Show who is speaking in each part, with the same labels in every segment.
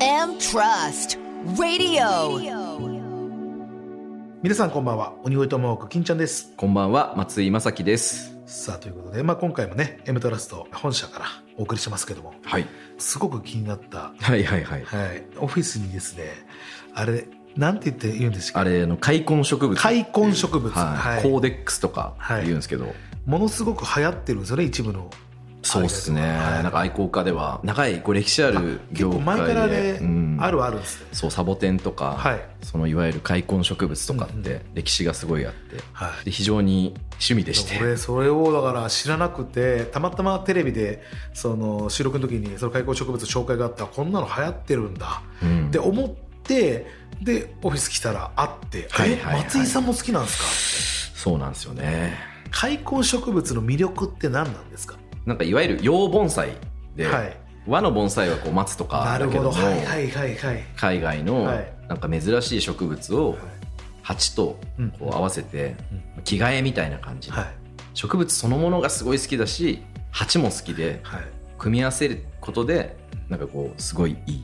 Speaker 1: and Trust Radio.
Speaker 2: 皆さんこんばんは鬼越トマホーク金ちゃんです
Speaker 3: こんばんは、松井正樹です。
Speaker 2: さあということで、まあ、今回もね「M トラスト」本社からお送りしてますけども
Speaker 3: はい。
Speaker 2: すごく気になった、
Speaker 3: はいはいはい。
Speaker 2: はい、オフィスにですねあれなんて言って言うんですか
Speaker 3: あれ、あの、開墾植物。
Speaker 2: 開墾植物、
Speaker 3: はい
Speaker 2: はい
Speaker 3: コーデックスとか言うんですけど、
Speaker 2: ものすごく流行ってるんですよね一部の
Speaker 3: そうですね。
Speaker 2: はい
Speaker 3: なんか愛好家では、長いこう歴史ある
Speaker 2: 結
Speaker 3: 業
Speaker 2: 構
Speaker 3: 界で。
Speaker 2: 前からね、
Speaker 3: うん
Speaker 2: あるはあるんですね
Speaker 3: そう、サボテンとか、
Speaker 2: はい
Speaker 3: そのいわゆる開墾植物とかって歴史がすごいあって、
Speaker 2: はい
Speaker 3: で非常に趣味でして。
Speaker 2: 俺それをだから知らなくてたまたまテレビでその収録の時にその開口植物紹介があったこんなの流行ってるんだ
Speaker 3: うん
Speaker 2: って思ってでオフィス来たら会って「
Speaker 3: はいはいはい
Speaker 2: え松井さんも好きなんです
Speaker 3: そうなんですよね。
Speaker 2: か?」開口植物の魅力って何なんですか
Speaker 3: なんかいわゆる洋盆栽で、
Speaker 2: はい
Speaker 3: 和の盆栽はこう松とか
Speaker 2: な
Speaker 3: だ
Speaker 2: る
Speaker 3: け
Speaker 2: ほ
Speaker 3: ども
Speaker 2: どはいはいはいはい
Speaker 3: 海外の
Speaker 2: はい
Speaker 3: なんか珍しい植物を鉢と
Speaker 2: うん
Speaker 3: こう合わせて
Speaker 2: う
Speaker 3: 着替えみたいな感じで
Speaker 2: はい
Speaker 3: 植物そのものがすごい好きだし鉢も好きで
Speaker 2: はい
Speaker 3: 組み合わせることでなんかこうすごいいい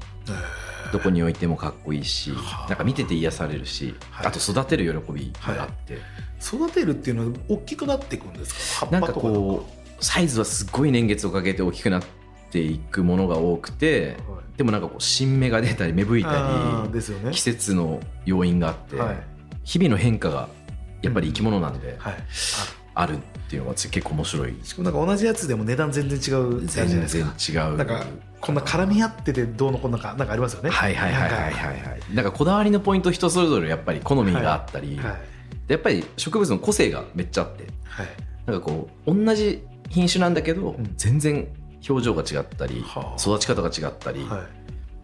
Speaker 3: どこに置いてもかっこいいし
Speaker 2: はあ
Speaker 3: なんか見てて癒されるし
Speaker 2: はい
Speaker 3: あと育てる喜びがあって
Speaker 2: 育てるっていうのは大きくなっていくんですか葉
Speaker 3: な
Speaker 2: っぱ
Speaker 3: んか
Speaker 2: とかなんか
Speaker 3: こうサイズはすごい年月をかけて大きくなっていくものが多くて
Speaker 2: はい
Speaker 3: でもなんかこう新芽が出たり芽吹い
Speaker 2: あ
Speaker 3: た
Speaker 2: ーですよね
Speaker 3: り季節の要因があって
Speaker 2: はい
Speaker 3: 日々の変化がやっぱり生き物なんで
Speaker 2: はい
Speaker 3: あるっていうのは結構面白い
Speaker 2: しかもなんか同じやつでも値段全然違うやつじゃ
Speaker 3: 全
Speaker 2: ない
Speaker 3: 然
Speaker 2: です
Speaker 3: 違
Speaker 2: か
Speaker 3: う
Speaker 2: なんかこんな絡み合っててどうのこんなかなんかありますよね
Speaker 3: はいはいはいは
Speaker 2: なん
Speaker 3: い
Speaker 2: か
Speaker 3: はいはいなんかこだわりのポイント人それぞれやっぱり好みがあったり、
Speaker 2: はい
Speaker 3: でやっぱり植物の個性がめっちゃあって
Speaker 2: はい
Speaker 3: なんかこう同じ品種なんだけど、
Speaker 2: ん
Speaker 3: 全然表情が違ったり、
Speaker 2: はあ
Speaker 3: 育ち方が違ったり、
Speaker 2: はい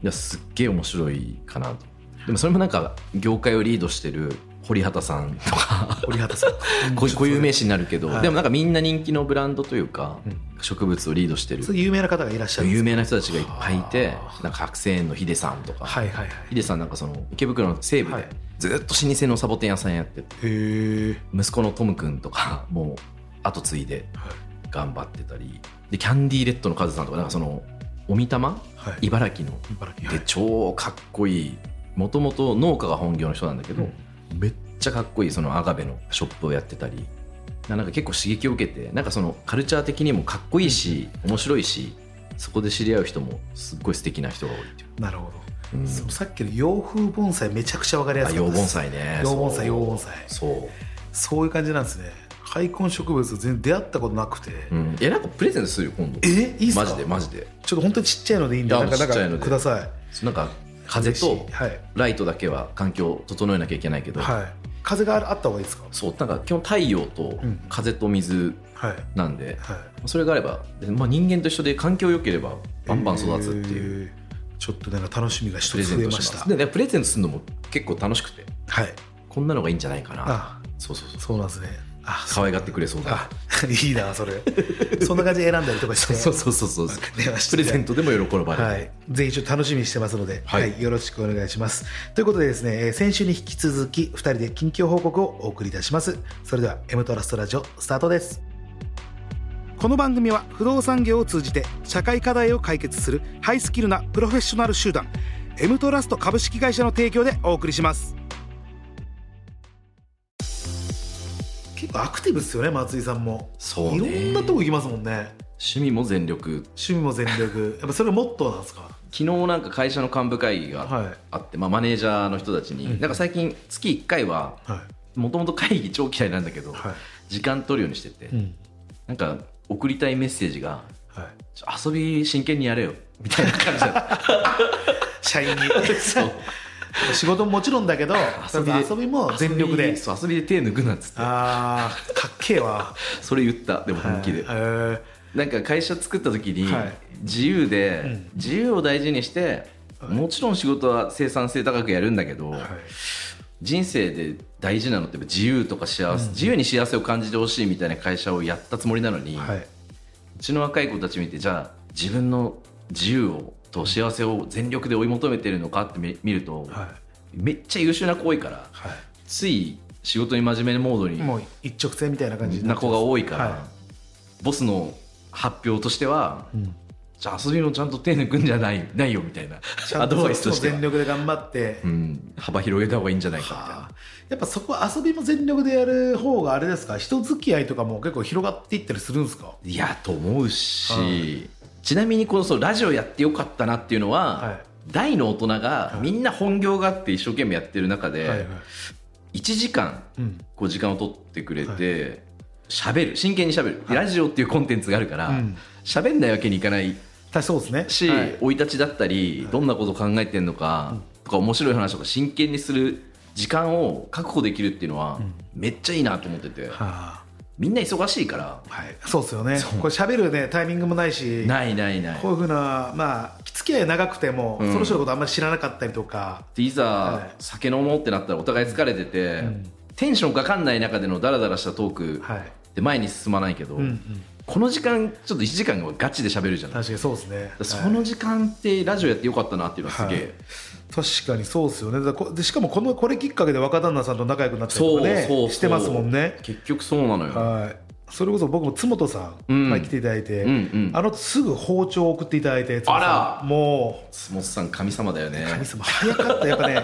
Speaker 3: い、やすっげえ面白いかなとでもそれもなんか業界をリードしてる堀畑さんとか
Speaker 2: 堀畑さん
Speaker 3: こう固有名
Speaker 2: 詞
Speaker 3: 詞になるけど、
Speaker 2: はい
Speaker 3: でもなんかみんな人気のブランドというか、
Speaker 2: うん
Speaker 3: 植物をリードしてる
Speaker 2: 有名な方がいらっしゃる
Speaker 3: 有名な人たちがいっぱいいて
Speaker 2: は
Speaker 3: なんか白製園のヒデさんとか、
Speaker 2: はいはいはい
Speaker 3: ヒデさんなんかその池袋の西部
Speaker 2: はい
Speaker 3: でずっと老舗のサボテン屋さんやってて
Speaker 2: へえ
Speaker 3: 息子のトム君とかもう後継いで
Speaker 2: はい
Speaker 3: 頑張ってたりでキャンディーレッドのカズさんとかなんかそのおみたま
Speaker 2: はい
Speaker 3: 茨城の
Speaker 2: 茨城
Speaker 3: で超かっこいいもともと農家が本業の人なんだけど、
Speaker 2: うん
Speaker 3: めっちゃかっこいいそのアガベのショップをやってたりなんか結構刺激を受けてなんかそのカルチャー的にもかっこいいし面白いしそこで知り合う人もすっごい素敵な人が多いっていう
Speaker 2: なるほ
Speaker 3: う
Speaker 2: ど
Speaker 3: ん
Speaker 2: そうさっきの洋風盆栽めちゃくちゃわかりや
Speaker 3: あ
Speaker 2: すいで
Speaker 3: 洋
Speaker 2: す
Speaker 3: 盆栽ね
Speaker 2: 洋盆栽
Speaker 3: そう
Speaker 2: 洋盆栽
Speaker 3: そ
Speaker 2: そういう感じなんですね開墾植物全然出会ったことなくて
Speaker 3: う、うん、えなんかプレゼントするよ今度
Speaker 2: えいいっすか
Speaker 3: マジでマジで
Speaker 2: ちょっと本当にちっちゃいのでいいんで
Speaker 3: いや
Speaker 2: なんかなん
Speaker 3: ちっちゃいの
Speaker 2: かく
Speaker 3: で
Speaker 2: ださい
Speaker 3: なんか風と
Speaker 2: 嬉しいはい
Speaker 3: ライトだけは環境を整えなきゃいけないけど、
Speaker 2: はい風があるあった方がいいですか
Speaker 3: そうなんか基本太陽と
Speaker 2: うん
Speaker 3: 風と水
Speaker 2: はい
Speaker 3: なんで、
Speaker 2: はい
Speaker 3: それがあれば、でまあ、人間と一緒で環境良ければバンバン育つっていう
Speaker 2: う、ちょっとなんか楽しみが一
Speaker 3: プレ
Speaker 2: つ
Speaker 3: ゼ
Speaker 2: 増
Speaker 3: ン
Speaker 2: え
Speaker 3: ト
Speaker 2: ま
Speaker 3: しま
Speaker 2: し
Speaker 3: す
Speaker 2: た
Speaker 3: ででプレゼントするのも結構楽しくて
Speaker 2: はい
Speaker 3: こんなのがいいんじゃないかな
Speaker 2: あ
Speaker 3: そうそうそう
Speaker 2: そうなんですねあ
Speaker 3: 可愛がってくれそうだ
Speaker 2: あ いいなそれそんな感じで選んだりとかして
Speaker 3: そうそうそうそう
Speaker 2: りました
Speaker 3: プレゼントでも喜ばれる、
Speaker 2: はい、ぜひちょっと楽しみにしてますので、は
Speaker 3: はい
Speaker 2: いよろしくお願いしますということでですねえー先週に引き続き2人で近況報告をお送りいたしますそれでは「M トラストラジオ」スタートですこの番組は不動産業を通じて社会課題を解決するハイスキルなプロフェッショナル集団 M トラスト株式会社の提供でお送りします結構アクティブですよね松井さんも
Speaker 3: そう
Speaker 2: いろ
Speaker 3: ね
Speaker 2: んなとこ行きますもんね
Speaker 3: 趣味も全力
Speaker 2: 趣味も全 力やっぱそれモットーなんですか
Speaker 3: 昨日なんか会社の幹部会議
Speaker 2: は
Speaker 3: が
Speaker 2: い
Speaker 3: あって、まあ、マネージャーの人たちに、なんか最近月1回は
Speaker 2: は
Speaker 3: もともと会議超嫌いなんだけど、
Speaker 2: はい
Speaker 3: 時間取るようにしてて、
Speaker 2: い、うん
Speaker 3: なんか送りたいメッセージが
Speaker 2: はい、
Speaker 3: 「ちょ遊び真剣にやれよ」みたいな感じだ っ
Speaker 2: 社員に
Speaker 3: たそう
Speaker 2: 仕事ももちろんだけ ど遊び
Speaker 3: で
Speaker 2: 遊びも全力
Speaker 3: 遊
Speaker 2: で
Speaker 3: びそう遊びで手抜くなっつって
Speaker 2: ああかっけえわ
Speaker 3: それ言ったでも本気で、
Speaker 2: はいえー
Speaker 3: なんか会社作った時に
Speaker 2: はい
Speaker 3: 自由で、
Speaker 2: うん
Speaker 3: 自由を大事にして、もちろん仕事は生産性高くやるんだけど、
Speaker 2: はい
Speaker 3: 人生で大事なのって自由とか幸せ、自由に幸せを感じてほしいみたいな会社をやったつもりなのに、
Speaker 2: はいう
Speaker 3: ちの若い子たち見てじゃあ自分の自由をと幸せを全力で追い求めてるのかってみ見ると、
Speaker 2: はい
Speaker 3: めっちゃ優秀な子多いから
Speaker 2: は
Speaker 3: つい仕事に真面目なモードに
Speaker 2: いもう一直線みたいな感じに
Speaker 3: な
Speaker 2: っちゃ
Speaker 3: 子
Speaker 2: う
Speaker 3: が多いから、
Speaker 2: は
Speaker 3: ボスの発表としては、
Speaker 2: ん
Speaker 3: じゃあ遊びもちゃんと手抜くんじゃないないよみたいな
Speaker 2: ちゃ
Speaker 3: ア
Speaker 2: んと
Speaker 3: ドバイス
Speaker 2: そ
Speaker 3: と
Speaker 2: っ
Speaker 3: し
Speaker 2: ち
Speaker 3: て
Speaker 2: も
Speaker 3: は
Speaker 2: 全力で頑張って、
Speaker 3: うん、幅広げた方がいいんじゃないかみた
Speaker 2: は
Speaker 3: いな
Speaker 2: あやっぱそこは遊びも全力でやる方があれですか人付き合いとかも結構広がっていったりするんですか
Speaker 3: いやと思うし、
Speaker 2: はい
Speaker 3: ちなみにこのそうラジオやってよかったなっていうのは、
Speaker 2: はい
Speaker 3: 大の大人がみんな本業があって一生懸命やってる中で、
Speaker 2: はいはい
Speaker 3: 1時間
Speaker 2: うん
Speaker 3: こう時間を取ってくれて喋、る真剣に喋る、でラジオっていうコンテンツがあるから
Speaker 2: うん
Speaker 3: 喋、ん、ないわけにいかない
Speaker 2: 確かにそうですね
Speaker 3: し
Speaker 2: はい
Speaker 3: 生、い立ちだったり、どんなこと考えてんのか、とか面白い話とか真剣にする時間を確保できるっていうのは、めっちゃいいなと思ってて、
Speaker 2: は
Speaker 3: みんな忙しいから
Speaker 2: あはい、そうですよねこれ喋るねタイミングもないし
Speaker 3: ないないない
Speaker 2: こういうふうなまあ付き合い長くても、
Speaker 3: うん
Speaker 2: その人のことあんまり知らなかったりとか
Speaker 3: でい
Speaker 2: は
Speaker 3: ざ
Speaker 2: い
Speaker 3: 酒飲もうってなったらお互い疲れてて、
Speaker 2: ん
Speaker 3: テンションかかんない中でのダラダラしたトーク
Speaker 2: はい
Speaker 3: で前に進まないけど、
Speaker 2: うんうん
Speaker 3: この時間ちょっと1時間がガチで喋るじゃない
Speaker 2: 確かにそうですね
Speaker 3: そ
Speaker 2: は
Speaker 3: の
Speaker 2: い
Speaker 3: 時間ってラジオやってよかったなっていうのはすげえ、
Speaker 2: 確かにそうですよねだからこでしかもこのこれきっかけで若旦那さんと仲良くなったりと
Speaker 3: そう
Speaker 2: かね
Speaker 3: そうそう
Speaker 2: してますもんね
Speaker 3: 結局そうなのよ、
Speaker 2: はいそれこそ僕も津本さ
Speaker 3: うん
Speaker 2: んが来ていただいて、
Speaker 3: うんうん
Speaker 2: あの後すぐ包丁を送っていただいて津本さん
Speaker 3: あら
Speaker 2: もう
Speaker 3: スモスさん神様だよね
Speaker 2: 神様早かったやっぱ ね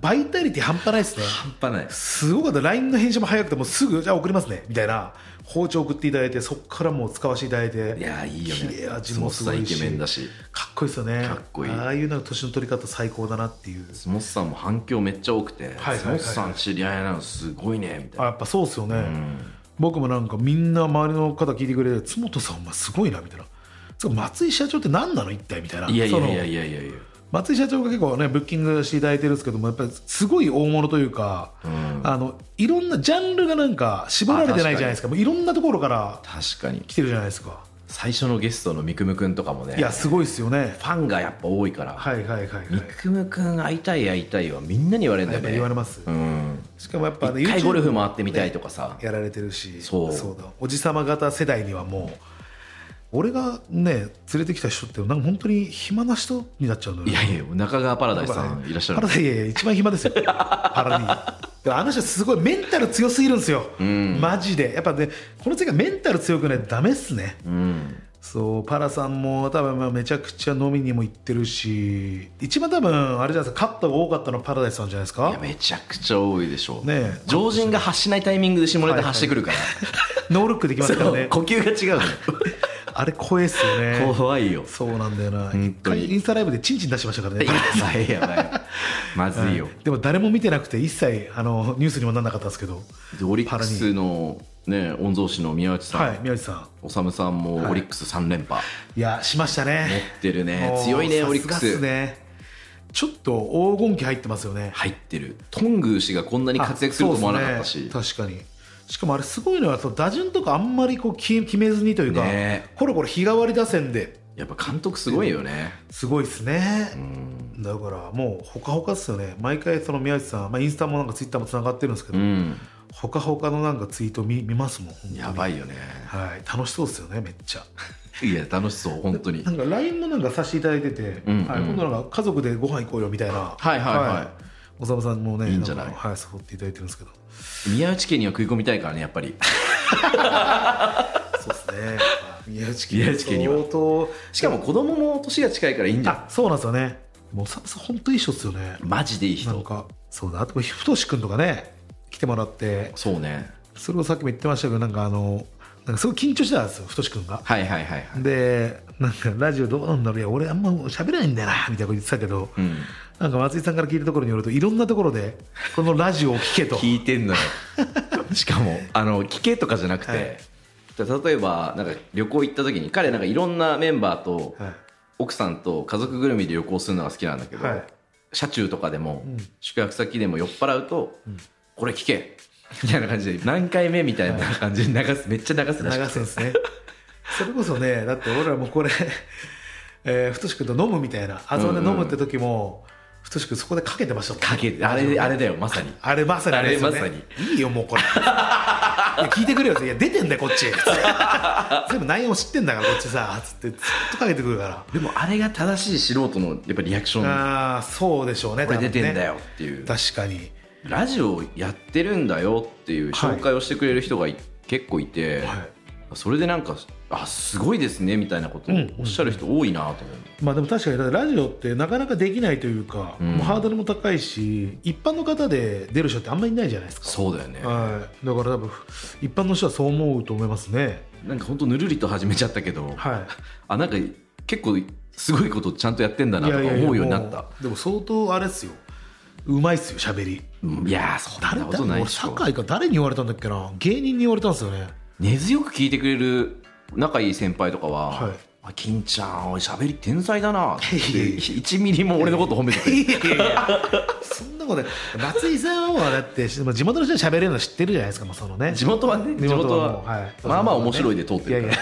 Speaker 2: バイタリティ半端ないですね
Speaker 3: 半端ない
Speaker 2: すごかった LINE の返信も早くてもうすぐじゃあ送りますねみたいな包丁送っていただいてそこからもう使わせていただいて
Speaker 3: いやーいいよ
Speaker 2: 切れ
Speaker 3: ね
Speaker 2: 味もすご
Speaker 3: スモ
Speaker 2: い
Speaker 3: スさ
Speaker 2: し
Speaker 3: んイケメンだし
Speaker 2: かっこいいですよね
Speaker 3: かっこいい
Speaker 2: ああいうなんか年の取り方最高だなっていう
Speaker 3: スモスさんも反響めっちゃ多くて、
Speaker 2: はいはいはい
Speaker 3: スモスさん知り合いなのすごいねみたい
Speaker 2: あ
Speaker 3: な
Speaker 2: やっぱそうですよね、僕もなんかみんな周りの方聞いてくれて「津本さんお前すごいな」みたいな「そう松井社長って何なの一体」みたいない
Speaker 3: やいやいや
Speaker 2: その
Speaker 3: いやいやいや
Speaker 2: 松井社長が結構ねブッキングしていただいてるんですけどもやっぱりすごい大物というか、あのいろんなジャンルがなんか絞られてないじゃないですかもういろんなところから
Speaker 3: 確かに
Speaker 2: 来てるじゃないですか
Speaker 3: 最初のゲストのみくむくんとかもね
Speaker 2: いやすごいですよね
Speaker 3: ファンがやっぱ多いから、
Speaker 2: はいはいはいはい
Speaker 3: みくむくん会いたい会いたいはみんなに言われるんだ
Speaker 2: や
Speaker 3: よ
Speaker 2: っぱ
Speaker 3: ね
Speaker 2: 言われます、
Speaker 3: うん
Speaker 2: しかもやっぱね
Speaker 3: 一回
Speaker 2: YouTube
Speaker 3: ゴルフ回ってみたいとかさ、
Speaker 2: やられてるし
Speaker 3: そう
Speaker 2: だおじさま方世代にはもう俺がね連れてきた人ってなんか本当に暇な人になっちゃうんだよ
Speaker 3: いやいや中川パラダイスさ
Speaker 2: なん
Speaker 3: ん
Speaker 2: かね
Speaker 3: いらっしゃ
Speaker 2: パ
Speaker 3: る
Speaker 2: ラダイいやいや一番暇ですよパラディでもあの人すごいメンタル強すぎるんですよ、マジでやっぱねこの世界メンタル強くないとダメっすね、
Speaker 3: うん
Speaker 2: そうパラさんも多分まあめちゃくちゃ飲みにも行ってるし一番多分あれじゃないですかカットが多かったのパラダイスさんじゃないです
Speaker 3: い
Speaker 2: か
Speaker 3: やめちゃくちゃ多いでしょう、
Speaker 2: ねえ
Speaker 3: 常人が発しないタイミングで下ネタ発してくるから、
Speaker 2: ノールックできますから
Speaker 3: そう
Speaker 2: ね
Speaker 3: 呼吸が違う
Speaker 2: あれ怖いっすよ ね
Speaker 3: の 怖いよ
Speaker 2: そうなんだよな
Speaker 3: 本
Speaker 2: 一
Speaker 3: 当に
Speaker 2: 回インスタライブでチンチン出してましたからね
Speaker 3: やばいやばいまずいよ、
Speaker 2: でも誰も見てなくて一切あのニュースにもなんなかったんですけど
Speaker 3: でオリックスのね御曹司の宮内さん、
Speaker 2: はい宮内さ
Speaker 3: おさむさんもオリックス3連覇
Speaker 2: んいやしましたね
Speaker 3: 持ってるね
Speaker 2: もう
Speaker 3: 強いねオリック
Speaker 2: さ
Speaker 3: ス
Speaker 2: すがっすねちょっと黄金期入ってますよね
Speaker 3: 入ってるトング氏がこんなに活躍すると思わなかったし、
Speaker 2: あそうっすね確かにしかもあれすごいのはその打順とかあんまりこう決決めずにというか、
Speaker 3: ね
Speaker 2: コロコロ日替わり打線で
Speaker 3: やっぱ監督すごいよね
Speaker 2: すごいですね、
Speaker 3: うん、
Speaker 2: だからもうほかほかっすよね毎回その宮内さん、まあ、インスタもなんかツイッターもつながってるんですけど、
Speaker 3: うん、
Speaker 2: ほかほかのなんかツイート見見ますもん本当に
Speaker 3: やばいよね
Speaker 2: はい、楽しそうですよねめっちゃ
Speaker 3: いや楽しそう本当に
Speaker 2: なんか LINE もなんかさせていただいてて、
Speaker 3: うんうん
Speaker 2: はい、今度なんか家族でご飯行こうよみたいなはい
Speaker 3: はいはい
Speaker 2: おさむさんもね
Speaker 3: いいんじゃない
Speaker 2: んかはい誘っていただいてるんですけど
Speaker 3: 宮内家には食い込みたいからねやっぱり
Speaker 2: そうですね宮内
Speaker 3: 宮内家には
Speaker 2: 相当
Speaker 3: しかも子供も年が近いからいいんじゃん
Speaker 2: あそうなんですよねもうおさむさん本当いい人っすよね
Speaker 3: マジでいい
Speaker 2: なん
Speaker 3: 人
Speaker 2: かそうだあと太志くんとかね来てもらって
Speaker 3: そうね
Speaker 2: それをさっきも言ってましたけどなんかあのなんかすごい緊張してたんですよ太志くんが
Speaker 3: はいはいはいはい、
Speaker 2: でなんかラジオどうなんだろういや俺あんま喋らないんだよなみたいなこと言ってたけど、
Speaker 3: うん、
Speaker 2: なんか松井さんから聞いたところによるといろんなところでこのラジオを聞けと
Speaker 3: 聞いてんのよしかもあの聞けとかじゃなくて、
Speaker 2: はい
Speaker 3: 例えばなんか旅行行った時に彼なんかいろんなメンバーと、
Speaker 2: はい
Speaker 3: 奥さんと家族ぐるみで旅行するのが好きなんだけど、
Speaker 2: はい
Speaker 3: 車中とかでも、
Speaker 2: ん
Speaker 3: 宿泊先でも酔っ払うと、これ聞けみたいな感じで何回目みたいな感じで流すめっちゃ流すらし
Speaker 2: 流
Speaker 3: くて
Speaker 2: すんですねそれこそねだって俺らもこれ、 えー、太しくんと飲むみたいな遊んで飲むって時も、太しくんそこでかけてましたもん
Speaker 3: かけてあれあれだよまさに
Speaker 2: あれまさにれですよね
Speaker 3: あれま
Speaker 2: いいよもうこ れいや聞いてくれよいや出てんだよこっち全部内容知ってんだからこっちさつってずっとかけてくるから
Speaker 3: でもあれが正しい素人のやっぱりリアクション
Speaker 2: ああそうでしょうね
Speaker 3: これ出てんだ
Speaker 2: 多
Speaker 3: よっていう、
Speaker 2: 分ね確かに
Speaker 3: ラジオやってるんだよっていう紹介をしてくれる人がい結構い
Speaker 2: は
Speaker 3: て、
Speaker 2: い
Speaker 3: それでなんかあすごいですねみたいなことをおっしゃる人多いなと思う、
Speaker 2: まあでも確かにだってラジオってなかなかできないというか、
Speaker 3: うん
Speaker 2: もうハードルも高いし一般の方で出る人ってあんまりいないじゃないですか
Speaker 3: そうだよね、
Speaker 2: はい、だから多分一般の人はそう思うと思いますね
Speaker 3: なんか本当ぬるりと始めちゃったけど、
Speaker 2: は
Speaker 3: あなんか結構すごいことちゃんとやってん
Speaker 2: い
Speaker 3: だなとか思うようになった
Speaker 2: もうでも相当あれっすようまいっすよ喋り
Speaker 3: うんいやーそん
Speaker 2: 誰
Speaker 3: な
Speaker 2: だ
Speaker 3: ことない
Speaker 2: 俺
Speaker 3: でしょ
Speaker 2: 酒井か誰に言われたんだっけな芸人に言われたんですよね
Speaker 3: 根強く聞いてくれる仲いい先輩とかは
Speaker 2: はい
Speaker 3: 「あ金ちゃんおい喋り天才だな」って
Speaker 2: いやいや
Speaker 3: 1ミリも俺のこと褒めてくれる
Speaker 2: そんなことない松井さんはもうだってしもう地元の人は喋れるの知ってるじゃないですかもうそのね
Speaker 3: 地元はね地元
Speaker 2: もう
Speaker 3: は
Speaker 2: はい
Speaker 3: まあまあ面白いで通ってるから
Speaker 2: いやいや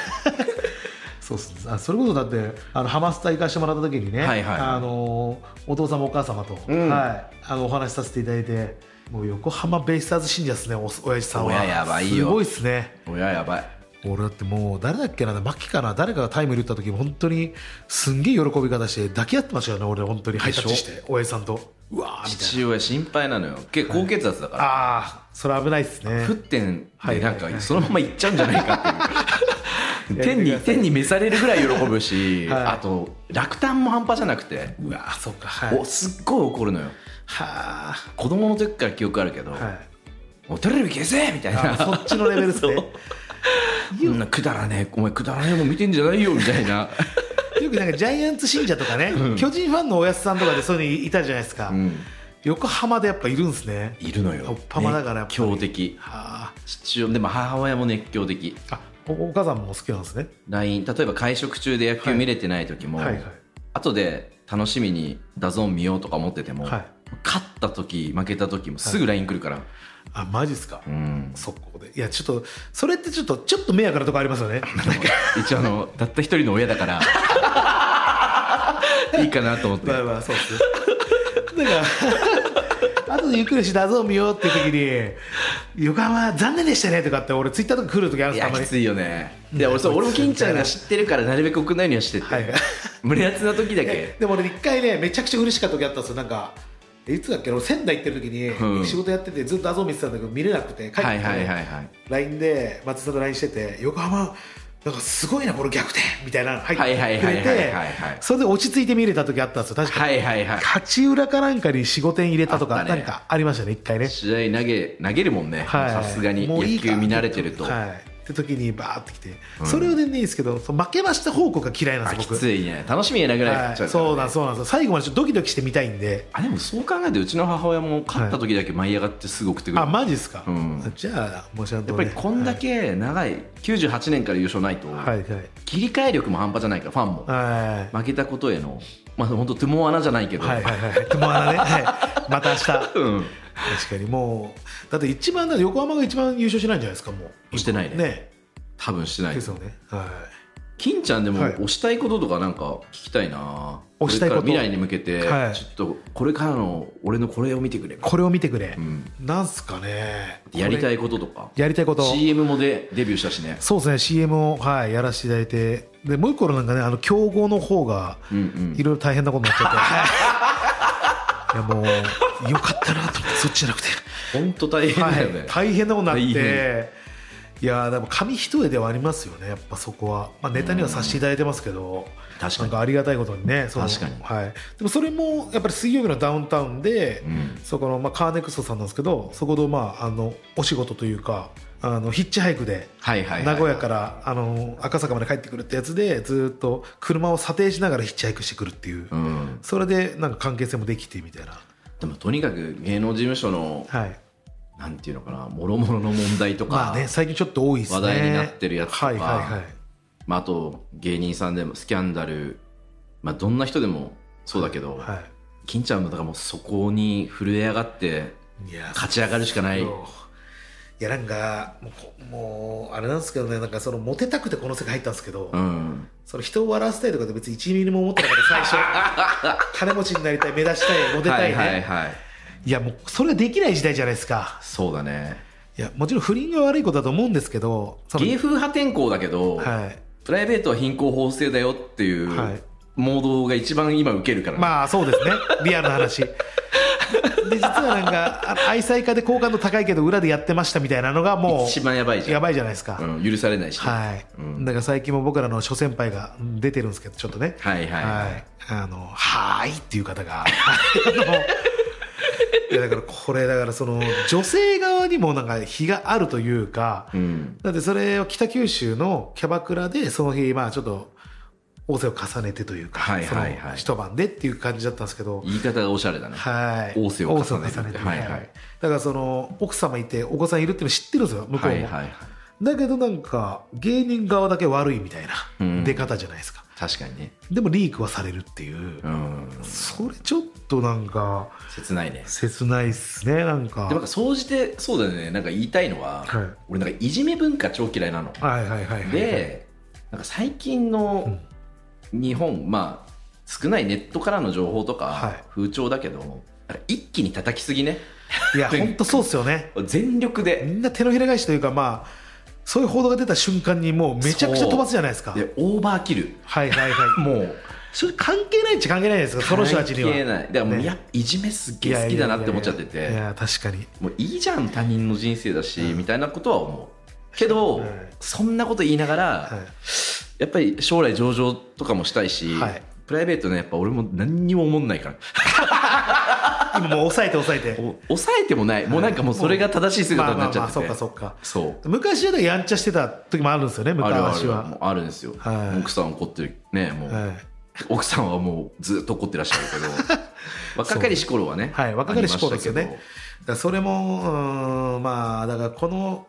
Speaker 2: そうっすあそれこそだってあのハマスタ行かしてもらった時にね、
Speaker 3: はいはい
Speaker 2: あのお父様お母様と、
Speaker 3: うん
Speaker 2: はい、あのお話しさせていただいてもう横浜ベイスターズ信者ですねお親父さんは
Speaker 3: 親やばい
Speaker 2: す
Speaker 3: よ
Speaker 2: ごいっすね
Speaker 3: 親やばい
Speaker 2: 俺だってもう誰だっけなマキかな誰かがタイム入れた時も本当にすんげえ喜び方して抱き合ってましたよね俺本当にハイタッチして親父さんとうわーみたいな
Speaker 3: 父親心配なのよ結構高血圧だか
Speaker 2: ああそれ危ないっすね
Speaker 3: ら沸点
Speaker 2: はい
Speaker 3: で
Speaker 2: は
Speaker 3: ないん
Speaker 2: はい
Speaker 3: かそのままいっちゃうんじゃないかってい う天に天に召されるぐらい喜ぶし、
Speaker 2: はい
Speaker 3: あと落胆も半端じゃなくて、
Speaker 2: うわーそうかはい
Speaker 3: おすっごい怒るのよ
Speaker 2: はあ
Speaker 3: 子供の時から記憶あるけど「
Speaker 2: はい
Speaker 3: おテレビ消せ!」みたい
Speaker 2: あ
Speaker 3: な
Speaker 2: そっちのレベルですね。
Speaker 3: そうそんなくだらねえお前くだらねえもん見てんじゃないよみたい な
Speaker 2: よくなんかジャイアンツ信者とかね、巨人ファンのおやすさんとかでそういうのいたじゃないですか、
Speaker 3: うん
Speaker 2: 横浜でやっぱいるんですね。
Speaker 3: いるのよ
Speaker 2: おっぱまだからやっぱり
Speaker 3: 熱狂的
Speaker 2: はあ
Speaker 3: 父親でも母親も熱狂的
Speaker 2: あおお母さんも好きなんですね。
Speaker 3: LINE 例えば会食中で野球見れてない時も、
Speaker 2: はいはい
Speaker 3: 後で楽しみにダゾーン見ようとか思ってても、
Speaker 2: はい
Speaker 3: 勝った時負けた時もすぐ LINE 来るから、
Speaker 2: あマジですか、
Speaker 3: うん
Speaker 2: 速攻でいやちょっとそれってちょっとちょっと迷惑なとこありますよ ね。
Speaker 3: 一応あのたった一人の親だから いいかなと思って
Speaker 2: まあまあそうですね。 だから 後でゆっくりしてダゾーン見ようっていう時に横浜残念でしたねとかって俺ツイッターとか来る時あるん
Speaker 3: い
Speaker 2: ですよ
Speaker 3: や
Speaker 2: たま
Speaker 3: き
Speaker 2: に
Speaker 3: つ。いよねで
Speaker 2: うん
Speaker 3: 俺そう俺も金ちゃんが知ってるからなるべく送らないようにはしてて、
Speaker 2: はいはい
Speaker 3: 胸熱な時だ
Speaker 2: え
Speaker 3: け
Speaker 2: でも俺一回ねめちゃくちゃ嬉しかった時あったんですよなんかえいつだっけ俺仙台行ってる時に、
Speaker 3: うん
Speaker 2: 仕事やっててずっと画像見てたんだけど見れなくて帰ってきて、
Speaker 3: はいはいはいはい
Speaker 2: LINE で松井さんと LINE してて横浜なんかすごいなこの逆転みたいなの入
Speaker 3: はいはい
Speaker 2: ってく
Speaker 3: はい
Speaker 2: れ
Speaker 3: はい
Speaker 2: て
Speaker 3: はいはい
Speaker 2: それで落ち着いて見れた時あったんですよ確かに、
Speaker 3: はいはいはい
Speaker 2: 勝ち裏かなんかに45点入れたと
Speaker 3: あ
Speaker 2: か
Speaker 3: った
Speaker 2: なん
Speaker 3: ね
Speaker 2: かありましたね一回ね
Speaker 3: 試合投げ投げるもんね
Speaker 2: はい
Speaker 3: さすがに
Speaker 2: もういい
Speaker 3: 野
Speaker 2: か
Speaker 3: 球見慣れてると、
Speaker 2: はいって時にバーってきて、それは全然いいんですけどその負けました報告が嫌いなん
Speaker 3: あ
Speaker 2: です
Speaker 3: き
Speaker 2: よ僕
Speaker 3: ついね楽しみやなぐらいにな
Speaker 2: は
Speaker 3: っちゃ
Speaker 2: い、
Speaker 3: うからね
Speaker 2: そうなんそうなんですよ最後までちょっとドキドキしてみたいんで
Speaker 3: あでもそう考えてうちの母親も勝った時だけ舞い上がってすぐ送ってくる、
Speaker 2: あマジですか、
Speaker 3: うん
Speaker 2: じゃあもしあ
Speaker 3: やっぱりこんだけ長い98年から優勝ないと、
Speaker 2: はいはいはい
Speaker 3: 切り替え力も半端じゃないからファンも、
Speaker 2: はい
Speaker 3: 負けたことへのまあ本当手も穴じゃないけど、
Speaker 2: はいはいはいでもあのね、はい、また明日確
Speaker 3: うん
Speaker 2: かにもうだって一番だって横浜が一番優勝しないんじゃないですかもう
Speaker 3: してないね
Speaker 2: ね
Speaker 3: 多分してない
Speaker 2: ですよねは
Speaker 3: 金ちゃんでも
Speaker 2: はい
Speaker 3: 押したいこととかなんか聞きたいな、
Speaker 2: 推したいこと
Speaker 3: れから未来に向けて、
Speaker 2: はい
Speaker 3: ちょっとこれからの俺のこれを見てくれ
Speaker 2: いこれを見てくれ
Speaker 3: う、ん、
Speaker 2: なんすかね
Speaker 3: やりた
Speaker 2: い
Speaker 3: いこととか
Speaker 2: やりたいこと、
Speaker 3: CM もでデビューしたしね
Speaker 2: そうですね CM を、はい、やらせていただいてでもう一個のなんかねあの競合の方が
Speaker 3: うんうん
Speaker 2: いろいろ大変なことになっちゃっ て、いやもうよかったなと思ってそっちじゃなくて
Speaker 3: 本当大変だよね、
Speaker 2: はい、大変なことになっ
Speaker 3: 大
Speaker 2: て
Speaker 3: 変
Speaker 2: いやーでも紙一重ではありますよねやっぱそこは、まあ、ネタにはさせていただいてますけど
Speaker 3: 確か
Speaker 2: なん
Speaker 3: に
Speaker 2: かありがたいことにねその
Speaker 3: 確かに
Speaker 2: はい、でもそれもやっぱり水曜日のダウンタウンで、
Speaker 3: うん
Speaker 2: そこの、まあ、カーネクストさんなんですけどそこの,、まあ、あのお仕事というかあのヒッチハイクで
Speaker 3: はいはいはい
Speaker 2: 名古屋からあの赤坂まで帰ってくるってやつでずーっと車を査定しながらヒッチハイクしてくるっていう、
Speaker 3: うん、
Speaker 2: それでなんか関係性もできてみたいな。
Speaker 3: でもとにかく芸能事務所の
Speaker 2: はい
Speaker 3: なんていうのかなもろもろの問題とか、
Speaker 2: まあね、最近ちょっと多いですね。
Speaker 3: 話題になってるやつとか
Speaker 2: はいはいはい。
Speaker 3: まあ、あと芸人さんでもスキャンダル、まあ、どんな人でもそうだけど、
Speaker 2: は
Speaker 3: 金ちゃんもだからもうそこに震え上がって
Speaker 2: い、いや
Speaker 3: 勝ち上がるしかない
Speaker 2: いやなんかもうこもうあれなんですけどねなんかそのモテたくてこの世界入ったんですけど、
Speaker 3: うん
Speaker 2: その人を笑わせたいとかで別に1ミリも思ってなかった最初 金持ちになりたい目指したいモテたいね、
Speaker 3: はい
Speaker 2: い
Speaker 3: はいはい
Speaker 2: やもうそれはできない時代じゃないですか
Speaker 3: そうだね
Speaker 2: いやもちろん不倫が悪いことだと思うんですけどその
Speaker 3: 芸風派転校だけど、
Speaker 2: はい
Speaker 3: プライベートは貧困法制だよっていう、
Speaker 2: はい
Speaker 3: モードが一番今受けるからね、
Speaker 2: まあそうですねリアルな話で実はなんかあ愛妻家で好感度高いけど裏でやってましたみたいなのがも
Speaker 3: 一
Speaker 2: う
Speaker 3: 番やばいじゃん
Speaker 2: やばいじゃないですか、
Speaker 3: うん、許されないし、
Speaker 2: はい、
Speaker 3: うん
Speaker 2: だから最近も僕らの諸先輩がうん出てるんですけどちょっとね
Speaker 3: はいはいはい
Speaker 2: あの「はーい」っていう方があのいやだからこれだからその女性側にもなんか非があるというか、
Speaker 3: うん
Speaker 2: だってそれを北九州のキャバクラでその日まあちょっと仰せを重ねてというか、
Speaker 3: はいはいはい
Speaker 2: その一晩でっていう感じだったんですけど、
Speaker 3: 言い方がおしゃれだね、
Speaker 2: はい
Speaker 3: 仰せを重ねて
Speaker 2: 仰せを重ねて
Speaker 3: はいはい
Speaker 2: はいだからその奥様いてお子さんいるっていうの知ってるんですよ向こうも、
Speaker 3: はいはいはい
Speaker 2: だけどなんか芸人側だけ悪いみたいな
Speaker 3: うん
Speaker 2: 出方じゃないですか、
Speaker 3: 確かにね
Speaker 2: でもリークはされるっていう、
Speaker 3: うん
Speaker 2: それちょっとなんか
Speaker 3: 切ないね
Speaker 2: 切ないっすねなんか
Speaker 3: でもなんか総じてそうだよねなんか言いたいのは、
Speaker 2: はい
Speaker 3: 俺なんかいじめ文化超嫌いなの、
Speaker 2: はいはいはいはい
Speaker 3: でなんか最近の日本、まあ少ないネットからの情報と
Speaker 2: は
Speaker 3: か
Speaker 2: い
Speaker 3: 風潮だけど、なんか一気に叩きすぎね
Speaker 2: いや本当そうっすよね
Speaker 3: 全力
Speaker 2: み
Speaker 3: で
Speaker 2: んな手のひら返しというかまあそういう報道が出た瞬間にもうめちゃくちゃ飛ばすじゃないですか
Speaker 3: でオーバーキル
Speaker 2: はいはいはい
Speaker 3: もう
Speaker 2: それ関係ないっちゃ関係ない ですかその人たちには
Speaker 3: 関係ないだからもう
Speaker 2: ね
Speaker 3: やいじめすっげえ好きだなって思っちゃって
Speaker 2: いやいやいやい
Speaker 3: て
Speaker 2: や確かに
Speaker 3: もういいじゃん他人の人生だし、みたいなことは思うけど、
Speaker 2: はい
Speaker 3: そんなこと言いながら、
Speaker 2: はい
Speaker 3: やっぱり将来上場とかもしたいし、
Speaker 2: はい
Speaker 3: プライベートねやっぱ俺も何にも思んないから
Speaker 2: 今もう抑えて抑えて
Speaker 3: お抑えてもないもうなんかもうそれが正しい姿になっちゃって
Speaker 2: まあまあまあ
Speaker 3: て
Speaker 2: そっか
Speaker 3: そう
Speaker 2: そっか昔はだからやんちゃしてた時もあるんですよね
Speaker 3: あるあ
Speaker 2: 昔
Speaker 3: る
Speaker 2: は
Speaker 3: もうあるんですよ、
Speaker 2: はい
Speaker 3: 奥さん怒ってるねもう、
Speaker 2: はい
Speaker 3: 奥さんはもうずっと怒ってらっしゃるけ ど若かりし頃はね
Speaker 2: はい、若かりし頃ですよ
Speaker 3: あ
Speaker 2: ね。
Speaker 3: り
Speaker 2: だか
Speaker 3: ました
Speaker 2: らそれも、うーんまあ、だからこの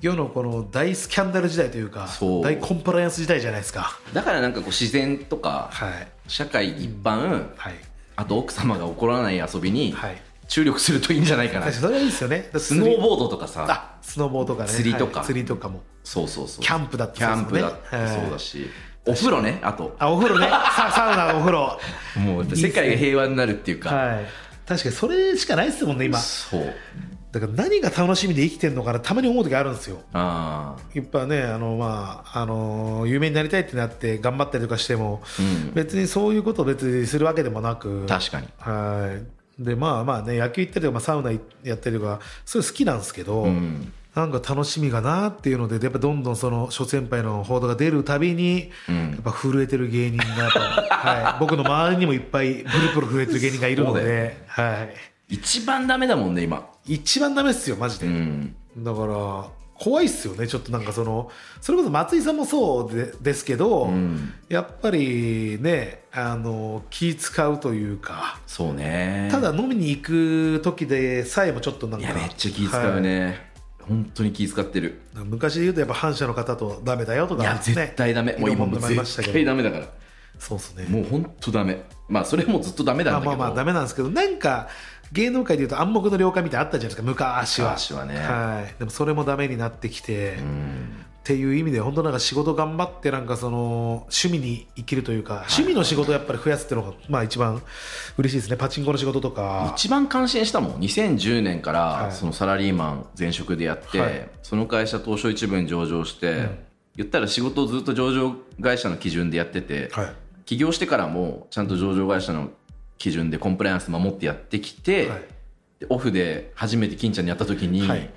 Speaker 2: 世のこの大スキャンダル時代というか
Speaker 3: そう、
Speaker 2: 大コンプライアンス時代じゃないですか。
Speaker 3: けどだからなんかこう自然とか
Speaker 2: はい。
Speaker 3: 社会一般
Speaker 2: はい。
Speaker 3: あと奥様が怒らない遊びに
Speaker 2: はい。
Speaker 3: 注力するといいんじゃないかな、
Speaker 2: 確かにそれはいいですよね。だから
Speaker 3: ス
Speaker 2: 釣
Speaker 3: ノ
Speaker 2: り
Speaker 3: ーボードとかさ
Speaker 2: あ、スノボーとかね。
Speaker 3: 釣りとか
Speaker 2: はい釣りとかも。
Speaker 3: そうそうそう
Speaker 2: キャンプだって
Speaker 3: キャンプだっ
Speaker 2: そうで
Speaker 3: て
Speaker 2: すよね
Speaker 3: そうだし、お風呂ねあと
Speaker 2: あ、お風呂ね。 さサウナ、お風呂。
Speaker 3: もうやっぱ世界が平和になるっていうか
Speaker 2: はい。確かにそれしかないですもんね、今。
Speaker 3: そう
Speaker 2: だから何が楽しみで生きてるのかな、たまに思う時あるんですよ。
Speaker 3: あ
Speaker 2: いっぱいね、あの、まあ、あの、有名になりたいってなって頑張ったりとかしても、
Speaker 3: あうん
Speaker 2: 別にそういうことを別にするわけでもなく
Speaker 3: 確かに
Speaker 2: はいでまあまあね野球行ったりとか、まあ、サウナやったりとかそれ好きなんですけど、
Speaker 3: うん
Speaker 2: なんか楽しみがなっていうのでやっぱどんどんその諸先輩の報道が出るたびに、
Speaker 3: うん
Speaker 2: やっぱ震えてる芸人がやっぱ、 はい、僕の周りにもいっぱいブルブル震えてる芸人がいるの
Speaker 3: そうだよ
Speaker 2: で、はい、
Speaker 3: 一番ダメだもんね今
Speaker 2: 一番ダメですよマジで、
Speaker 3: うん
Speaker 2: だから怖いっすよねちょっとなんかそのそれこそ松井さんもそうでですけど、
Speaker 3: うん
Speaker 2: やっぱりねあの気使うというか
Speaker 3: そうね
Speaker 2: ただ飲みに行く時でさえもちょっとなん
Speaker 3: い
Speaker 2: か
Speaker 3: やめっちゃ気使う、ね、本当に気使ってる
Speaker 2: はい昔で言うとやっぱ反社の方とダメだよとか、
Speaker 3: い
Speaker 2: ね、
Speaker 3: や絶対ダメ、もう
Speaker 2: いろんなもの
Speaker 3: 今もう
Speaker 2: もありました
Speaker 3: 絶
Speaker 2: け
Speaker 3: 対
Speaker 2: ど
Speaker 3: ダメだから
Speaker 2: そうですね
Speaker 3: もう本当ダメまあそれもずっとダメ
Speaker 2: ま
Speaker 3: な
Speaker 2: あ
Speaker 3: んだけど
Speaker 2: まあまあダメなんですけどなんか芸能界でいうと暗黙の了解みたいなのあったじゃないですか昔は
Speaker 3: 昔はね
Speaker 2: い、でもそれもダメになってきて、
Speaker 3: う
Speaker 2: っ
Speaker 3: ん
Speaker 2: ていう意味で本当なんか仕事頑張ってなんかその趣味に生きるというか、趣味の仕事をやっぱり増やすっていうのがまあ一番嬉しいですねパチンコの仕事とか
Speaker 3: 一番感心したもん2010年か
Speaker 2: は
Speaker 3: ら
Speaker 2: い
Speaker 3: そのサラリーマン前職でやって、
Speaker 2: はい
Speaker 3: その会社東証一部に上場して、言ったら仕事をずっと上場会社の基準でやってて、
Speaker 2: はい
Speaker 3: 起業してからもちゃんと上場会社の基準でコンプライアンス守ってやってきて、
Speaker 2: はい
Speaker 3: でオフで初めて金ちゃんにやった時に、
Speaker 2: はい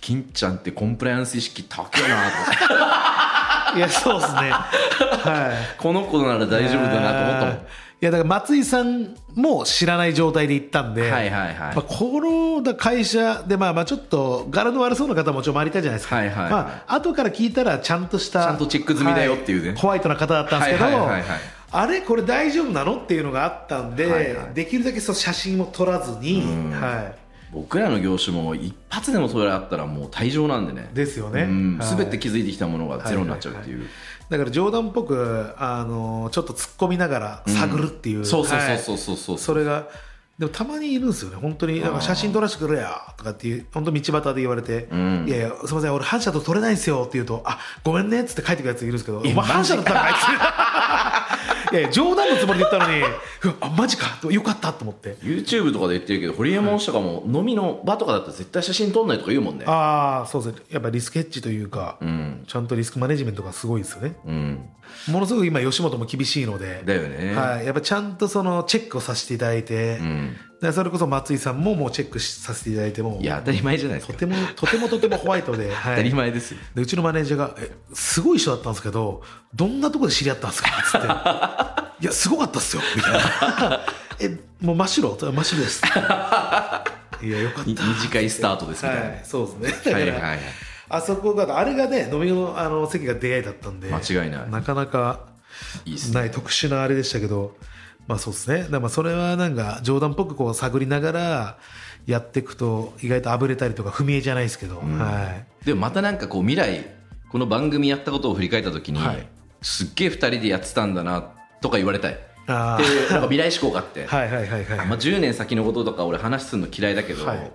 Speaker 3: 金ちゃんってコンプライアンス意識高いなと思って
Speaker 2: いや、そうですね。はい。
Speaker 3: この子なら大丈夫だなと思ったもん
Speaker 2: いや、だから松井さんも知らない状態で行ったんで、
Speaker 3: はいはいはい
Speaker 2: まあ、このだ会社で、まあまあちょっと柄の悪そうな方もちろん回りたいじゃないですか。
Speaker 3: はいはいはい
Speaker 2: まあ、後から聞いたらちゃんとした。
Speaker 3: ちゃんとチェック済みだよっていうね
Speaker 2: はホワイトな方だったんですけど、
Speaker 3: はいはいはいはい
Speaker 2: あれこれ大丈夫なのっていうのがあったんで、
Speaker 3: はいはい
Speaker 2: できるだけそう写真を撮らずに、は
Speaker 3: 僕らの業種も一発でもそれあったらもう退場なんでね
Speaker 2: い。ですよね。
Speaker 3: うん、
Speaker 2: はい
Speaker 3: 全て気づいてきたものがゼロになっちゃうっていう、
Speaker 2: だから冗談っぽく、あのちょっと突っ込みながら探るっていう。
Speaker 3: そうそう
Speaker 2: はい
Speaker 3: そうそうそうそ
Speaker 2: それがでもたまにいるんですよね本当になんか写真撮らせてくれやとかっていう本当道端で言われて、
Speaker 3: ん
Speaker 2: いやいやすみません俺反射と撮れないんですよって言うとあごめんねっつって帰ってくるやついるんですけどお前反射だったのかあいつ いやいや冗談のつもりで言ったのにうわあマジかよかったと思って
Speaker 3: う YouTube とかで言ってるけどホリエモン氏とかも飲みの場とかだったら絶対写真撮んないとか言うもんね
Speaker 2: ああそうですねやっぱリスクヘッジというか、
Speaker 3: うん
Speaker 2: ちゃんとリスクマネジメントがすごいですよね
Speaker 3: うん
Speaker 2: ものすごく今吉本も厳しいので
Speaker 3: だよね
Speaker 2: はい、やっぱちゃんとそのチェックをさせていただいて、
Speaker 3: うん
Speaker 2: でそれこそ松井さんももうチェックしさせていただいても
Speaker 3: いや当たり前じゃないです
Speaker 2: と
Speaker 3: か
Speaker 2: てもとてもとてもホワイトで, はい、
Speaker 3: 当たり前ですよ
Speaker 2: でうちのマネージャーが「えすごい人だったんですけどどんなとこで知り合ったんですか?」っつって「いやすごかったっすよ」みたいな 「えもう真っ白真っ白 です」いやよかっ
Speaker 3: に二次会スタートです
Speaker 2: た
Speaker 3: みたい
Speaker 2: はいそうですねだ
Speaker 3: な、は
Speaker 2: か
Speaker 3: い、
Speaker 2: ら、
Speaker 3: はいはい
Speaker 2: あそこがあれがね飲みのあの席が出会いだったんで
Speaker 3: 間違いない
Speaker 2: なかなか
Speaker 3: いいっすね
Speaker 2: ない特殊なあれでしたけどまあそうですねだからまあそれはなんか冗談っぽくこう探りながらやっていくと意外とあぶれたりとか踏み絵じゃないですけど、はい
Speaker 3: でもまたなんかこう未来この番組やったことを振り返った時に、
Speaker 2: はい
Speaker 3: すっげえ2人でやってたんだなとか言われたい
Speaker 2: あ
Speaker 3: でなんか未来志向があって、
Speaker 2: あはいはいはいはい
Speaker 3: まあ、10年先のこととか俺話すの嫌いだけど、
Speaker 2: はい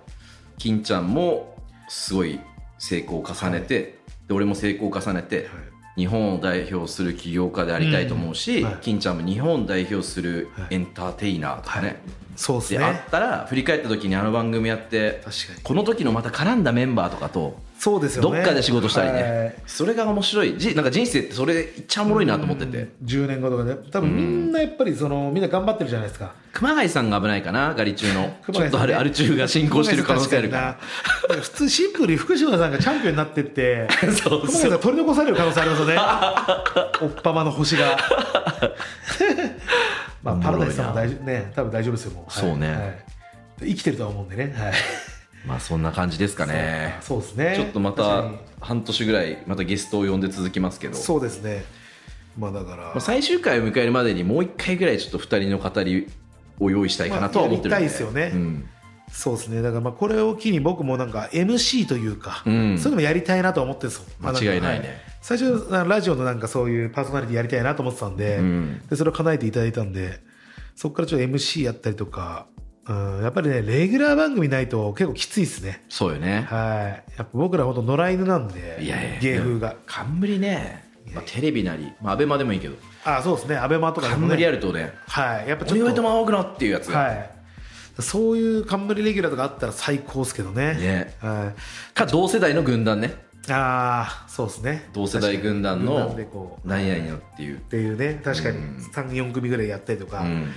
Speaker 3: 金ちゃんもすごい成功を重ねて、で俺も成功を重ねて、日本を代表する起業家でありたいと思うし、
Speaker 2: うんはい
Speaker 3: 金ちゃんも日本を代表するエンターテイナーとかね、
Speaker 2: そうです
Speaker 3: であ
Speaker 2: ね
Speaker 3: ったら振り返った時にあの番組やって
Speaker 2: 確かに
Speaker 3: この時のまた絡んだメンバーとかと
Speaker 2: そうですよ
Speaker 3: ど
Speaker 2: ね
Speaker 3: っかで仕事したりね、
Speaker 2: はい
Speaker 3: それが面白いじなんか人生ってそれいっちゃおもろいなと思ってて、
Speaker 2: 10年後とかで多分みんなやっぱりそのみんな頑張ってるじゃないですか
Speaker 3: 熊谷さんが危ないかなガリ中の、ち
Speaker 2: 熊谷
Speaker 3: ょっ
Speaker 2: さ
Speaker 3: と
Speaker 2: んね
Speaker 3: あるアル中が進行してる可能性あるから
Speaker 2: 確かにな普通シンプルに福島さんがチャンピオンになってって
Speaker 3: そ
Speaker 2: 熊
Speaker 3: う
Speaker 2: 谷さんが取り残される可能性ありますよねおっぱまの星 がまあ
Speaker 3: おもろ
Speaker 2: パラ
Speaker 3: いな
Speaker 2: ダイスさんも大丈夫ね多分大丈夫ですよもうはい
Speaker 3: そうね
Speaker 2: はい生きてるとは思うんでねはい
Speaker 3: まあそんな感じですかね
Speaker 2: そうですね
Speaker 3: ちょっとま
Speaker 2: 確
Speaker 3: た
Speaker 2: か
Speaker 3: 半年ぐらいまたゲストを呼んで続きますけど
Speaker 2: にそうですねまあだから、
Speaker 3: まあ最終回を迎えるまでにもう一回ぐらいちょっと二人の語りを用意したいかなとは思ってるんで、
Speaker 2: まあやりたいですよね
Speaker 3: うん
Speaker 2: そうですねだからまあこれを機に僕もなんか MC というか、
Speaker 3: うん
Speaker 2: そういうのもやりたいなと思ってるんですよ
Speaker 3: 間違いないね
Speaker 2: は最初あのラジオのなんかそういうパーソナリティやりたいなと思ってたんで,、
Speaker 3: うん
Speaker 2: でそれを叶えていただいたんでそこからちょっと MC やったりとか、うん、やっぱりねレギュラー番組ないと結構きついですね
Speaker 3: そうよね、
Speaker 2: はいやっぱ僕らほんと野良犬なんで
Speaker 3: いやいや
Speaker 2: 芸風が
Speaker 3: 冠ね、まあ、テレビなり、まあ、アベマでもいいけど
Speaker 2: あそうですねアベマとかでも
Speaker 3: 冠
Speaker 2: ね
Speaker 3: あるとね
Speaker 2: はいやっぱ
Speaker 3: 「
Speaker 2: ち
Speaker 3: お
Speaker 2: ょ
Speaker 3: 祝
Speaker 2: っ
Speaker 3: いと
Speaker 2: と、
Speaker 3: 青くな」っていうやつが、
Speaker 2: はい、そういう冠レギュラーとかあったら最高ですけどね
Speaker 3: ね
Speaker 2: はい
Speaker 3: か同世代の軍団ね
Speaker 2: ああそうですね
Speaker 3: 同世代軍団
Speaker 2: 軍
Speaker 3: の
Speaker 2: でこうっ
Speaker 3: 何々のっていう、
Speaker 2: ていうね確かに
Speaker 3: うん
Speaker 2: 34組ぐらいやったりとか,、
Speaker 3: うん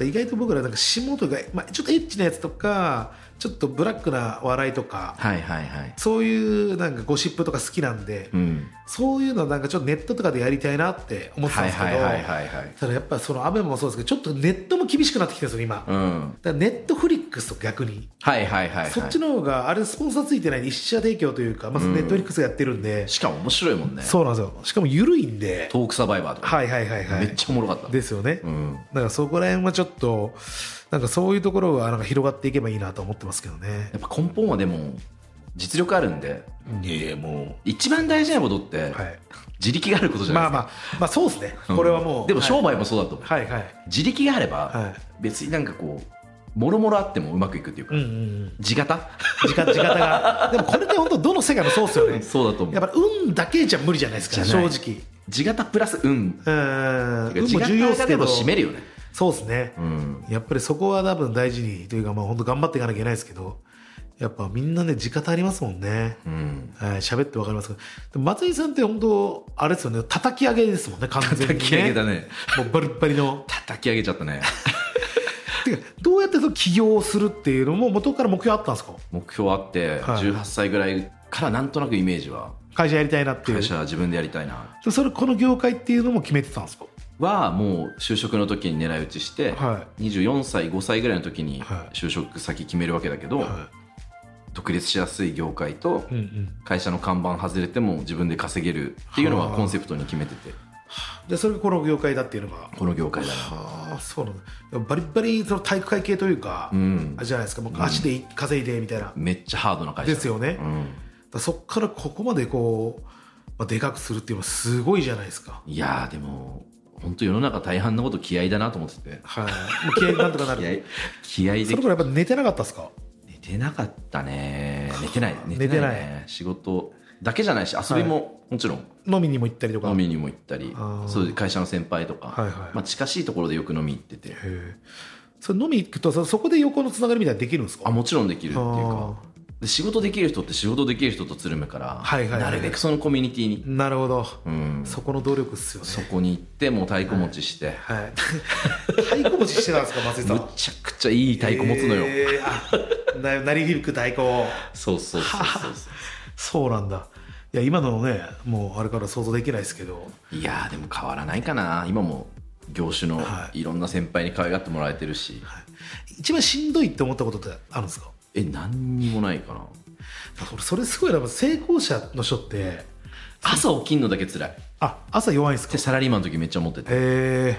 Speaker 2: 意外と僕らなんか下とか、まあ、ちょっとエッチなやつとかちょっとブラックな笑いとか、
Speaker 3: はいはいはい、
Speaker 2: そういうなんかゴシップとか好きなんで、
Speaker 3: うん、
Speaker 2: そういうのなんかちょっとネットとかでやりたいなって思ってたん
Speaker 3: はい
Speaker 2: ですけ
Speaker 3: は
Speaker 2: ど、
Speaker 3: いはいはいはい
Speaker 2: ただやっぱその雨もそうですけどちょっとネットも厳しくなってきてるんですよ今、だか
Speaker 3: うん
Speaker 2: らネットフリックスと逆に。
Speaker 3: はいはいはいはい
Speaker 2: そっちの方があれスポンサーついてないんで一社提供というか、まあ、ネットフリックスがやってるんで、
Speaker 3: しかも面白いもんね
Speaker 2: そうなんですよしかも緩いんで
Speaker 3: トークサバイバーとか、
Speaker 2: はいはいはいはい
Speaker 3: めっちゃおもろかった
Speaker 2: ですよね、
Speaker 3: うん
Speaker 2: だからそこら辺はちょっとなんかそういうところがなんか広がっていけばいいなと思ってますけどね
Speaker 3: やっぱ根本はでも実力あるんで
Speaker 2: いやも
Speaker 3: 一番大事なことって、
Speaker 2: うはい
Speaker 3: 自力があることじゃない
Speaker 2: ま
Speaker 3: で
Speaker 2: あ
Speaker 3: すか、
Speaker 2: まあまあそうですねこれはもう、
Speaker 3: うんでも商
Speaker 2: 売
Speaker 3: 売もそうだと思う、
Speaker 2: はいはい
Speaker 3: 自力があれば、
Speaker 2: は
Speaker 3: 別になんかこうもろもろあってもうまくいくっていうか、
Speaker 2: うんうんうん
Speaker 3: 地形
Speaker 2: 時間時間がでもこれって本当どの世界もそうですよね
Speaker 3: そうだと思
Speaker 2: やっ
Speaker 3: う
Speaker 2: ぱり運だけじゃ無理じゃないですか
Speaker 3: じゃ
Speaker 2: 正
Speaker 3: な
Speaker 2: 直
Speaker 3: いう地形プラス運
Speaker 2: ーん運
Speaker 3: 地
Speaker 2: も重要
Speaker 3: 形
Speaker 2: です
Speaker 3: が
Speaker 2: け
Speaker 3: で
Speaker 2: ど
Speaker 3: も締めるよね
Speaker 2: そうですね、
Speaker 3: うん
Speaker 2: やっぱりそこは多分大事にというかまあ本当頑張っていかなきゃいけないですけどやっぱみんなね時方ありますもんね
Speaker 3: うん
Speaker 2: はい、喋ってわかりますけどでも松井さんって本当あれですよね叩き上げですもんね完全に、ね、
Speaker 3: 叩き上げだね
Speaker 2: もうバリッバリの
Speaker 3: 叩き上げちゃったね
Speaker 2: てかどうやってその起業をするっていうのも元から目標あったんですか
Speaker 3: 目標あっ
Speaker 2: はい
Speaker 3: て18歳ぐらいからなんとなくイメージは
Speaker 2: 会社やりたいなっていう
Speaker 3: 会社は自分でやりたいな
Speaker 2: でそれこの業界っていうのも決めてたんですか
Speaker 3: はもう就職の時に狙い撃ちして、
Speaker 2: は
Speaker 3: 24歳5歳ぐらいの時に
Speaker 2: はい
Speaker 3: 就職先決めるわけだけど、
Speaker 2: は
Speaker 3: 独立しやすい業界と
Speaker 2: いうんうん
Speaker 3: 会社の看板外れても自分で稼げるっていうのはコンセプトに決めてて
Speaker 2: でそれがこの業界だっていうのが
Speaker 3: この業界だな
Speaker 2: ああそうなんだでもバリッバリその体育会系というか、
Speaker 3: うん
Speaker 2: あれじゃないですかもう足で稼いでみたいな、
Speaker 3: めっちゃハードな会社
Speaker 2: ですよね
Speaker 3: うん
Speaker 2: だそっからここまでこう、まあ、でかくするっていうのはすごいじゃないですか
Speaker 3: いやーでも本当世の中大半のこと気合だなと思ってて
Speaker 2: はいもう気合いなんとかなる
Speaker 3: 気合気合で
Speaker 2: それからやっぱ寝てなかったですか
Speaker 3: 寝てなかったね寝てない
Speaker 2: 寝
Speaker 3: 寝
Speaker 2: てない
Speaker 3: てないね仕事だけじゃないし遊びももちろん
Speaker 2: 飲みにも行ったりとか
Speaker 3: 飲みにも行ったり
Speaker 2: あー
Speaker 3: そういう会社の先輩と
Speaker 2: はいはい
Speaker 3: かまあ近しいところでよく飲み行ってて
Speaker 2: へえそれ飲み行くとそそこで横のつながりみたいなのできるんですか
Speaker 3: あもちろんできるっていう
Speaker 2: あ
Speaker 3: かで仕事できる人って仕事できる人とつるむから、
Speaker 2: はいはいはい
Speaker 3: なるべくそのコミュニティに、
Speaker 2: なるほど、
Speaker 3: うん、そ
Speaker 2: そこの努力っすよね
Speaker 3: こに行ってもう太鼓持ちして、
Speaker 2: はい 太鼓持ちしてたんですか松井さん
Speaker 3: むちゃくちゃいい太鼓持つのよ、
Speaker 2: えーあななり響く太鼓を
Speaker 3: そうそうそうそうそ
Speaker 2: そうなんだいや今のねもうあれから想像できないですけど
Speaker 3: ういやーでも変わらないかな今も業種の
Speaker 2: はい
Speaker 3: いろんな先輩に可愛がってもらえてるし、
Speaker 2: 一番しんどいって思ったことってあるんですか
Speaker 3: え何にもないかな
Speaker 2: 俺それすごいな成功者の人って
Speaker 3: 朝起きんのだけ辛い
Speaker 2: あ朝弱いんですか
Speaker 3: でサラリーマンの時めっちゃ思ってて
Speaker 2: へ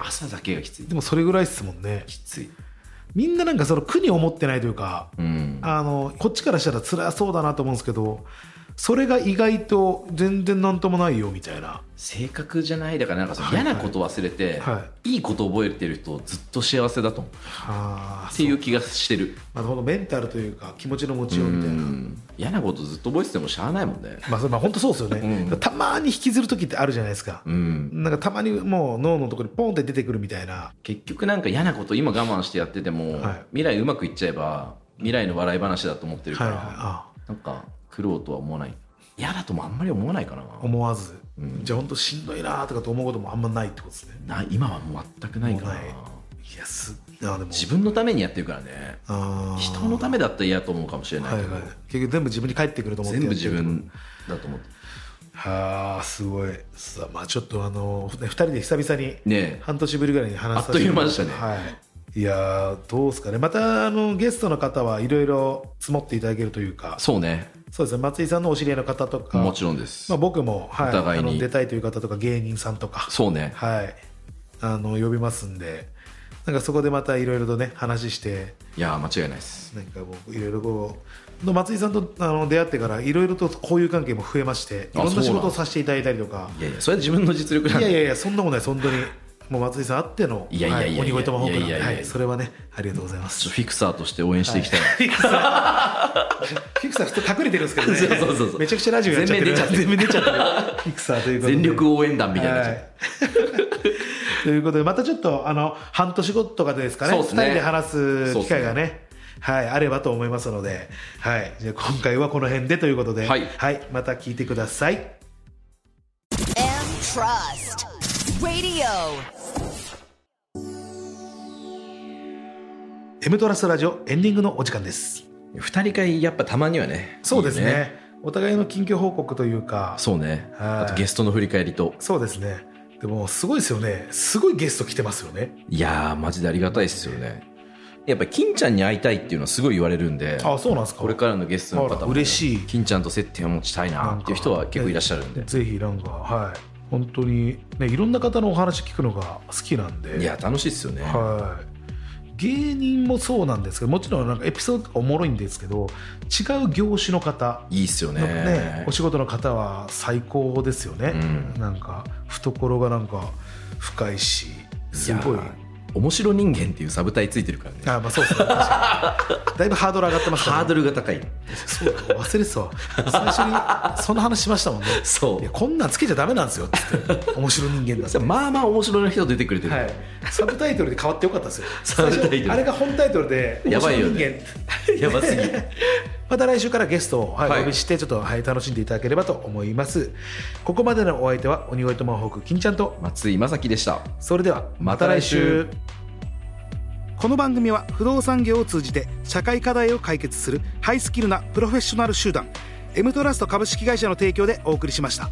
Speaker 2: え
Speaker 3: 朝だけがきつい
Speaker 2: でもそれぐらいっすもんね
Speaker 3: きつい
Speaker 2: みんななんかその苦に思ってないというか
Speaker 3: うん
Speaker 2: あのこっちからしたら辛そうだなと思うんですけどそれが意外と全然なんともないよみたいな
Speaker 3: 性格じゃないだからなんかその
Speaker 2: はいは
Speaker 3: 嫌
Speaker 2: い
Speaker 3: なこと忘れて、、
Speaker 2: はい
Speaker 3: いこと覚えてる人ずっと幸せだと思う
Speaker 2: はあ
Speaker 3: ってい
Speaker 2: そう
Speaker 3: 気がしてる
Speaker 2: まあほんとメンタルというか気持ちの持ち
Speaker 3: う
Speaker 2: ようみたいなん
Speaker 3: 嫌なことずっと覚えててもしゃあないもんね
Speaker 2: まあそれまあ本当そうですよね、
Speaker 3: うん
Speaker 2: たまに引きずる時ってあるじゃないですか
Speaker 3: う、ん
Speaker 2: なんかたまにもう脳のところにポンって出てくるみたいな
Speaker 3: 結局なんか嫌なこと今我慢してやってても、
Speaker 2: はい
Speaker 3: 未来うまくいっちゃえば未来の笑い話だと思ってるから、
Speaker 2: はいはいあ
Speaker 3: なんか苦労とは思わない嫌だともあんまり思わないかな
Speaker 2: 思わず、
Speaker 3: うん
Speaker 2: じゃあ本当しんどいなとかと思うこともあんまないってことですね
Speaker 3: な今はもう全くないか
Speaker 2: も
Speaker 3: な
Speaker 2: うないいやすあでも
Speaker 3: 自分のためにやってるからね
Speaker 2: あー
Speaker 3: 人のためだったら嫌と思うかもしれない
Speaker 2: はい
Speaker 3: けど、
Speaker 2: はい結局全部自分に返ってくると思って
Speaker 3: 全部自
Speaker 2: やってるってこ
Speaker 3: 分だと思って
Speaker 2: とはあすごいさあまあちょっとあのね二人で久々に
Speaker 3: ねえ
Speaker 2: 半年ぶりぐらいに話させて
Speaker 3: あっという間でしたね
Speaker 2: はいいやーどうですかねまたあのゲストの方はいろいろ積もっていただけるというか
Speaker 3: そうね
Speaker 2: そうですね松井さんのお知り合いの方とか
Speaker 3: もちろんです、
Speaker 2: まあ、僕も、はい、
Speaker 3: お互いに
Speaker 2: あの出たいという方とか芸人さんとか、
Speaker 3: そうね
Speaker 2: はい、あの呼びますんでなんかそこでまたいろいろとね話して
Speaker 3: いやー間違いないです
Speaker 2: なんか僕いろいろこうの松井さんとあの出会ってからいろいろと交友関係も増えましてい
Speaker 3: あ
Speaker 2: ろんな仕
Speaker 3: そう
Speaker 2: 事
Speaker 3: な
Speaker 2: を
Speaker 3: の
Speaker 2: させていただいたりとか
Speaker 3: いやいやそれは自分の実力なん
Speaker 2: いや
Speaker 3: で
Speaker 2: いやいやそんなもんない本当にもう松井さんあっての
Speaker 3: いやいやいやいや
Speaker 2: は鬼越トマホークなん
Speaker 3: いや
Speaker 2: で
Speaker 3: いやいやい
Speaker 2: は
Speaker 3: や
Speaker 2: いそれはねありがとうございます
Speaker 3: ちょっとフィクサーとして応援していきたい、
Speaker 2: フィクサーフィクサー普通隠れてるんですけどね
Speaker 3: そうそうそうそう
Speaker 2: めちゃくちゃラジオやっちゃってる
Speaker 3: 全面出ち
Speaker 2: 全面出ちゃ
Speaker 3: ゃってる
Speaker 2: ってるフィクサーということで
Speaker 3: 全力応援団みたいになっちゃう
Speaker 2: はい ということでまたちょっとあの半年後とかですかね
Speaker 3: そう
Speaker 2: 二
Speaker 3: っすね
Speaker 2: 人で話す機会がねはい、あればと思いますので、はい、じゃあ今回はこの辺でということで、
Speaker 3: はい
Speaker 2: また聞いてください。
Speaker 1: M Trust Radio.
Speaker 2: M トラストラジオエンディングのお時間です。
Speaker 3: 二人会やっぱたまにはね
Speaker 2: そうですね
Speaker 3: いい
Speaker 2: お互いの近況報告というか
Speaker 3: そうね
Speaker 2: はい
Speaker 3: あとゲストの振り返りと
Speaker 2: そうですねでもすごいですよねすごいゲスト来てますよね
Speaker 3: いやーマジでありがたいですよねやっぱ金ちゃんに会いたいっていうのはすごい言われるんで
Speaker 2: あそうなんですか
Speaker 3: これからのゲストの
Speaker 2: あ
Speaker 3: 方
Speaker 2: ら
Speaker 3: も
Speaker 2: 嬉しい
Speaker 3: 金ちゃんと接点を持ちたいなっていう人は結構いらっしゃるんで
Speaker 2: ぜひなんかはい本当にねいろんな方のお話聞くのが好きなんで
Speaker 3: いや楽しいっすよね
Speaker 2: はい芸人もそうなんですけどもちろんなんかエピソードとかおもろいんですけど違う業種の方
Speaker 3: いいっすよ
Speaker 2: のね
Speaker 3: ね
Speaker 2: お仕事の方は最高ですよね、
Speaker 3: う
Speaker 2: なんか懐がなんか深いしすごい
Speaker 3: いやー面白人間っていうサブタイついてるからね
Speaker 2: あまあそうですね確かにだいぶハードル上がってますからね
Speaker 3: ハードルが高い
Speaker 2: そうだ忘れてたわ最初にそんな話しましたもんね
Speaker 3: そう
Speaker 2: いやこんなんつけちゃダメなんですよっつって面白い人間だって
Speaker 3: まあまあ面白い人出てくれてる、
Speaker 2: はい、サブタイトルで変わってよかったですよ
Speaker 3: サブタイトル
Speaker 2: 最初あれが本タイトルで
Speaker 3: やばいよね
Speaker 2: 面白人間
Speaker 3: やばすぎ
Speaker 2: また来週からゲストを、はい
Speaker 3: はい
Speaker 2: お呼びしてちょっと、はい、楽しんでいただければと思いますここまでのお相手は鬼越トマホーク金ちゃんと
Speaker 3: 松井正樹でした
Speaker 2: それでは
Speaker 3: また来週
Speaker 2: この番組は不動産業を通じて社会課題を解決するハイスキルなプロフェッショナル集団 M トラスト株式会社の提供でお送りしました。